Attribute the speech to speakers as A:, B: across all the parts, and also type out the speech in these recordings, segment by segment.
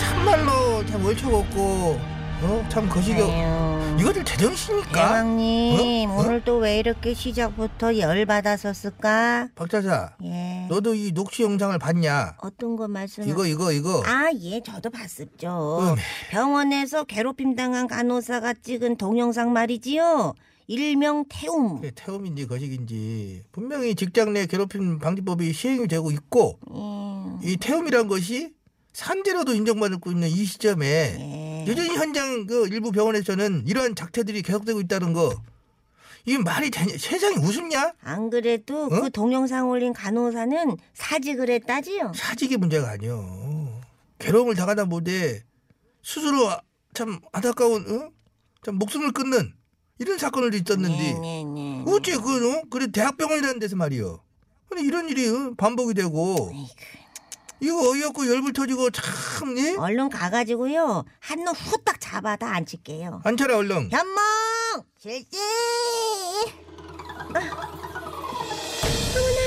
A: 참말로 참 얼척없고 어? 참 거시기
B: 에휴.
A: 이것들 제정신일까?
B: 대왕님
A: 어? 어?
B: 오늘 또 왜 이렇게 시작부터 열 받았었을까?
A: 박자사
B: 예.
A: 너도 이 녹취 영상을 봤냐?
B: 어떤 거 말씀?
A: 이거 이거 이거
B: 음. 아, 어. 예, 저도 봤었죠.
A: 음.
B: 병원에서 괴롭힘 당한 간호사가 찍은 동영상 말이지요. 일명 태움.
A: 그게 태움인지 거식인지 분명히 직장 내 괴롭힘 방지법이 시행이 되고 있고
B: 예.
A: 이 태움이란 것이 산재로도 인정받고 있는 이 시점에
B: 예.
A: 여전히 현장 그 일부 병원에서는 이러한 작태들이 계속되고 있다는 거 이게 말이 되냐 세상이 웃음냐
B: 안 그래도
A: 어?
B: 그 동영상 올린 간호사는 사직을 했다지요.
A: 사직이 문제가 아니요 괴로움을 당하다 못해 스스로 아- 참 안타까운 어? 참 목숨을 끊는 이런 사건을 있었는데
B: 네, 네, 네.
A: 어째 그 어? 그래 대학병원이라는 데서 말이요 근데 이런 일이 어? 반복이 되고
B: 아이고,
A: 이거 어이없고 열불 터지고 참 예?
B: 얼른 가가지고요. 한놈 후딱 잡아다 앉힐게요.
A: 앉혀라 얼렁
B: 현몽 실지. 어머나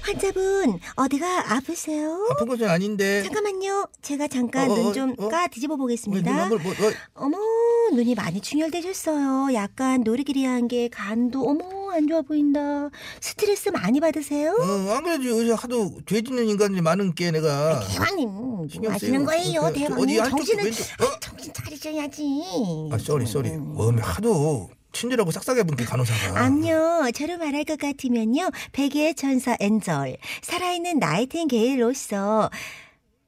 B: 환자분 어디가 아프세요?
A: 아픈 것은 아닌데
B: 잠깐만요. 제가 잠깐
A: 어, 어,
B: 눈 좀
A: 어?
B: 까 뒤집어
A: 왜
B: 보겠습니다.
A: 누가 그걸 뭐, 뭐,
B: 어머 눈이 많이 충혈되셨어요. 약간 노리기리한 게 간도 어머 안 좋아 보인다. 스트레스 많이 받으세요?
A: 어, 아무래도 요새 하도 죄 짓는 인간들이 많은 게 내가
B: 대왕님 뭐
A: 신경 쓰이고
B: 하시는 거예요
A: 그렇게 어디
B: 대왕님
A: 한쪽
B: 정신은
A: 왼쪽, 어?
B: 아, 정신 차리셔야지 음,
A: 아 쏘리 쏘리 워면 하도 친절하고 싹싹해 분께 간호사가
B: 암요 저로 말할 것 같으면요 베개의 천사 엔절 살아있는 나이팅게일로서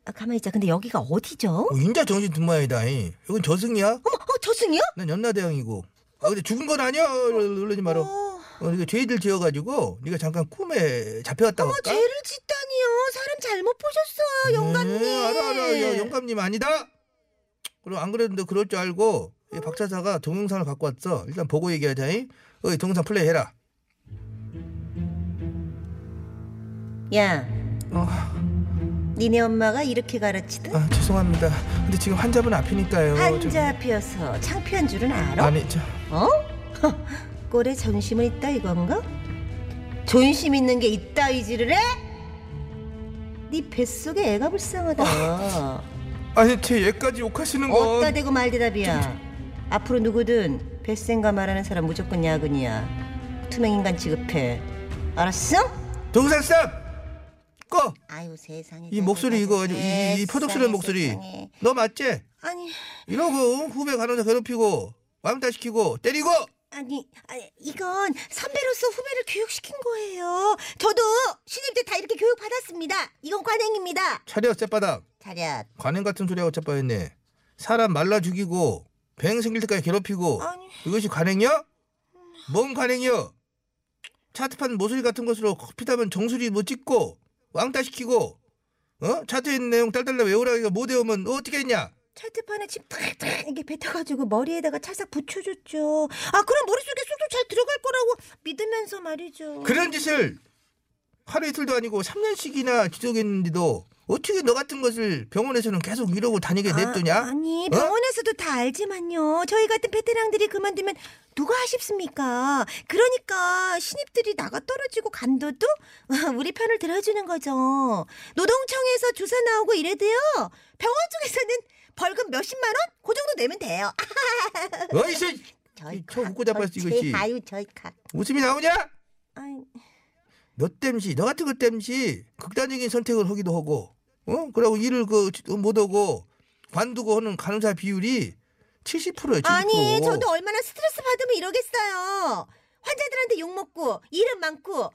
B: 아, 가만히 있자 근데 여기가 어디죠?
A: 어, 인자 정신 둔마이다 이. 이건 저승이야
B: 어머 어, 저승이요?
A: 난 연나대왕이고 아 근데 죽은 건 아니야 놀라지 마라 어,
B: 어,
A: 네가 죄질 지어가지고 네가 잠깐 꿈에 잡혀갔다
B: 어머
A: 할까?
B: 죄를 짓다니요 사람 잘못 보셨어요 영감님
A: 네, 알아 알아 야, 영감님 아니다 그럼 안 그래도 너 그럴 줄 알고 이 박차사가 동영상을 갖고 왔어 일단 보고 얘기하자 이. 어, 이 동영상 플레이해라
B: 야
A: 어,
B: 니네 엄마가 이렇게 가르치듯
A: 아 죄송합니다 근데 지금 환자분 앞이니까요 좀-
B: 한자 피어서 창피한 줄은 알아?
A: 아니 저
B: 어? 허, 꼴에 전심은 있다 이건가? 존심 있는 게 있다 이지를 해? 네 뱃속에 애가 불쌍하다
A: 아니 제 얘까지 욕하시는 건
B: 어따 대고 말대답이야 앞으로 누구든 뱃생과 말하는 사람 무조건 야근이야 투명인간 취급해 알았어?
A: 동영상 스탑 꺼
B: 아유 세상에
A: 이 목소리 이거 아주
B: 네,
A: 이, 이, 이 포독스러운 목소리 너 맞지?
B: 아니
A: 이러고 후배 간호사 괴롭히고 왕따 시키고 때리고
B: 아니, 아니, 이건 선배로서 후배를 교육시킨 거예요. 저도 신입 때 다 이렇게 교육 받았습니다. 이건 관행입니다.
A: 차려 쌔바닥
B: 차렷.
A: 관행 같은 소리하고 쌔바했네 사람 말라 죽이고 병 생길 때까지 괴롭히고
B: 아니.
A: 이것이 관행이야? 뭔 관행이야? 차트판 모서리 같은 것으로 커피 타면 정수리 못 찍고 왕따 시키고 어? 차트에 있는 내용 딸딸라 외우라기가 못 외우면 어떻게 했냐?
B: 차트판에 침 탁탁 이게 뱉어가지고 머리에다가 찰싹 붙여줬죠. 아, 그럼 머릿속에 쏙쏙 잘 들어갈 거라고 믿으면서 말이죠.
A: 그런 짓을 하루 이틀도 아니고 3년씩이나 지속했는데도 어떻게 너 같은 것을 병원에서는 계속 이러고 다니게 냅두냐?
B: 아, 니
A: 어?
B: 병원에서도 다 알지만요. 저희 같은 베테랑들이 그만두면 누가 하십습니까? 그러니까 신입들이 나가 떨어지고 간도도 우리 편을 들어주는 거죠. 노동청에서 조사 나오고 이래도요. 병원 쪽에서는 벌금 몇십만 원? 그 정도 내면 돼요. 아,
A: 어이씨 이, 저 웃고 자빠졌어,
B: 저희
A: 이것이.
B: 제- 아유 저희 각.
A: 웃음이 나오냐?
B: 아유,
A: 너 땜시 너 같은 것 땜시 극단적인 선택을 하기도 하고 어 그러고 일을 그 못 하고 관두고 하는 간호사 비율이 70%예요. 70%.
B: 아니 저도 얼마나 스트레스 받으면 이러겠어요. 환자들한테 욕 먹고 일은 많고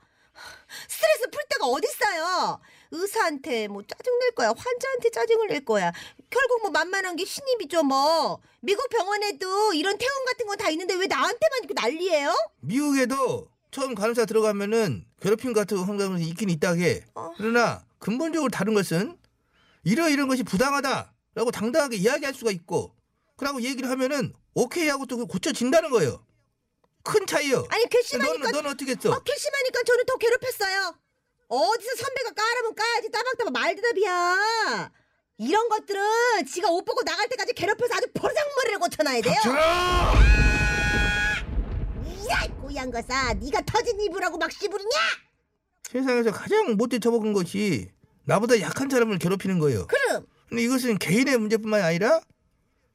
B: 스트레스 풀 데가 어딨어요. 의사한테 뭐 짜증 낼 거야. 환자한테 짜증을 낼 거야. 결국 뭐 만만한 게 신입이죠 뭐. 미국 병원에도 이런 퇴원 같은 건 다 있는데 왜 나한테만 있고 난리예요?
A: 미국에도 처음 간호사 들어가면은 괴롭힘 같은 거 항상 있긴 있다 해.
B: 어.
A: 그러나 근본적으로 다른 것은 이러 이런 것이 부당하다라고 당당하게 이야기할 수가 있고 그러고 얘기를 하면은 오케이 하고 또 고쳐진다는 거예요. 큰 차이요.
B: 아니
A: 넌,
B: 괘씸하니까
A: 넌 어떻게 했어?
B: 어, 괘씸하니까 저는 더 괴롭혔어요. 어디서 선배가 까라면 까야지 따박따박 말대답이야. 이런 것들은 지가 옷 벗고 나갈 때까지 괴롭혀서 아주 버장머리를 고쳐놔야 돼요. 이야 고양 거사 네가 터진 이불하고 막 씨부리냐?
A: 세상에서 가장 못돼 처먹은 것이 나보다 약한 사람을 괴롭히는 거예요.
B: 그럼
A: 근데 이것은 개인의 문제뿐만 아니라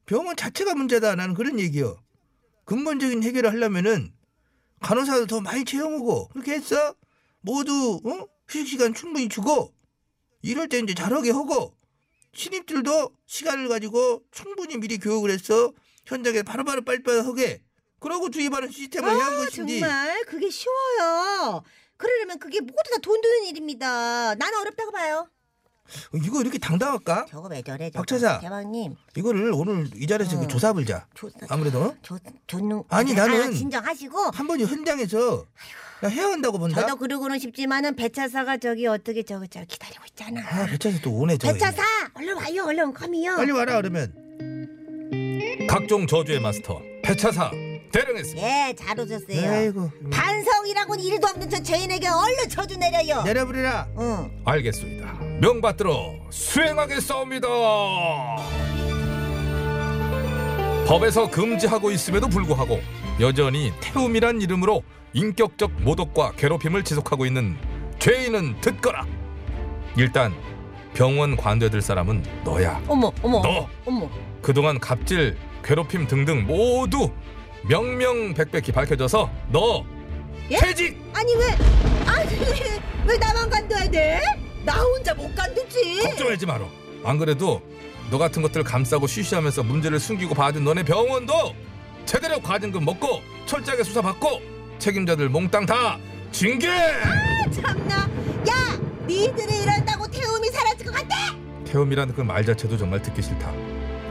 A: 병원 자체가 문제다 라는 그런 얘기요. 근본적인 해결을 하려면은 간호사도 더 많이 채용하고 그렇게 해서 모두 어? 휴식 시간 충분히 주고 이럴 때 이제 잘하게 하고 신입들도 시간을 가지고 충분히 미리 교육을 해서 현장에 바로바로 빨리빨리 하게 그러고 주입하는 시스템을 해야 한
B: 아,
A: 것인지
B: 정말 그게 쉬워요. 그러려면 그게 모두 다 돈 드는 일입니다. 나는 어렵다고 봐요.
A: 어, 이거 이렇게 당당할까?
B: 저거 왜 저래? 저거.
A: 박 차사.
B: 대왕님.
A: 이거를 오늘 이 자리에서
B: 어.
A: 조사해보자
B: 조,
A: 아무래도 어?
B: 조, 조는
A: 아니, 나는-
B: 진정하시고
A: 한 번이 현장에서 나 해야 한다고 본다
B: 저도 그러고는 싶지만은 배차사가 저기 어떻게 저기 저 기다리고 있잖아.
A: 아 배차사 또 오네 저
B: 배차사 얼른 와요 얼른 컴이요.
A: 빨리 와라 그러면
C: 각종 저주의 마스터 배차사 대령했습니다.
B: 예잘 오셨어요.
A: 네, 아이고
B: 반성이라고는 이리도 없는 저 죄인에게 얼른 저주 내려요.
A: 네. 내려버리라
B: 응.
C: 알겠습니다. 명받들어 수행하겠사옵니다. 법에서 금지하고 있음에도 불구하고 여전히 태움이란 이름으로 인격적 모독과 괴롭힘을 지속하고 있는 죄인은 듣거라. 일단 병원 관대될 사람은 너야.
B: 어머 어머
C: 너.
B: 어머.
C: 그동안 갑질, 괴롭힘 등등 모두 명명백백히 밝혀져서 너
B: 예?
C: 퇴직!
B: 아니 왜? 아니 왜, 왜 나만 간둬야 돼? 나 혼자 못 간두지.
C: 걱정하지 마라. 안 그래도 너 같은 것들 감싸고 쉬쉬하면서 문제를 숨기고 봐준 너네 병원도 제대로 과징금 먹고 철저하게 수사받고 책임자들 몽땅 다 징계!
B: 참나. 야 니들이 이런다고 태움이 사라질 것 같아?
C: 태움이라는 그 말 자체도 정말 듣기 싫다.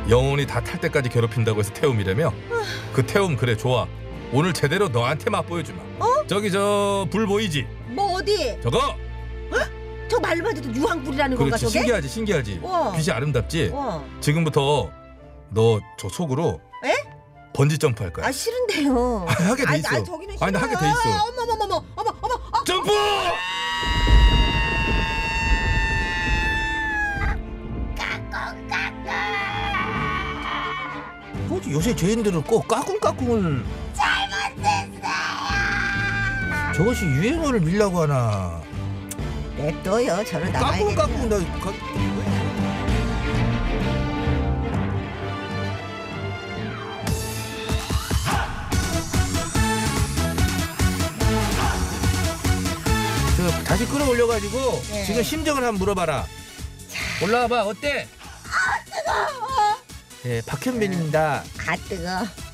C: 영혼이 다 탈 때까지 괴롭힌다고 해서 태움이라며?
B: 아.
C: 그 태움 그래 좋아. 오늘 제대로 너한테 맛보여주마.
B: 어?
C: 저기 저 불 보이지?
B: 뭐 어디?
C: 저거?
B: 저 말로 봐도 유황불이라는 건가
C: 그렇지
B: 저게?
C: 신기하지 신기하지.
B: 우와. 어.
C: 빛이 아름답지?
B: 와.
C: 지금부터 너 저 속으로
B: 에?
C: 번지 점프할 거야.
B: 아 싫은데요.
C: 하게 돼
B: 아니,
C: 있어.
B: 아니, 저기는
C: 아니, 나 하게 돼
B: 싫어요.
C: 있어.
B: 어머 어머 어머 어머 어머 어,
C: 점프!
A: 뭐지 요새 죄인들은 꼭 까꿍까꿍을 잘못했어요 저것이 유행어를 밀라고 하나
C: 어?
B: 냅둬요 저를
A: 까꿍까꿍 나 가- 저 다시 끌어올려가지고
B: 예.
A: 지금 심정을 한번 물어봐라 올라와봐 어때? 아 뜨거워 예 박현빈입니다
B: 아 뜨거.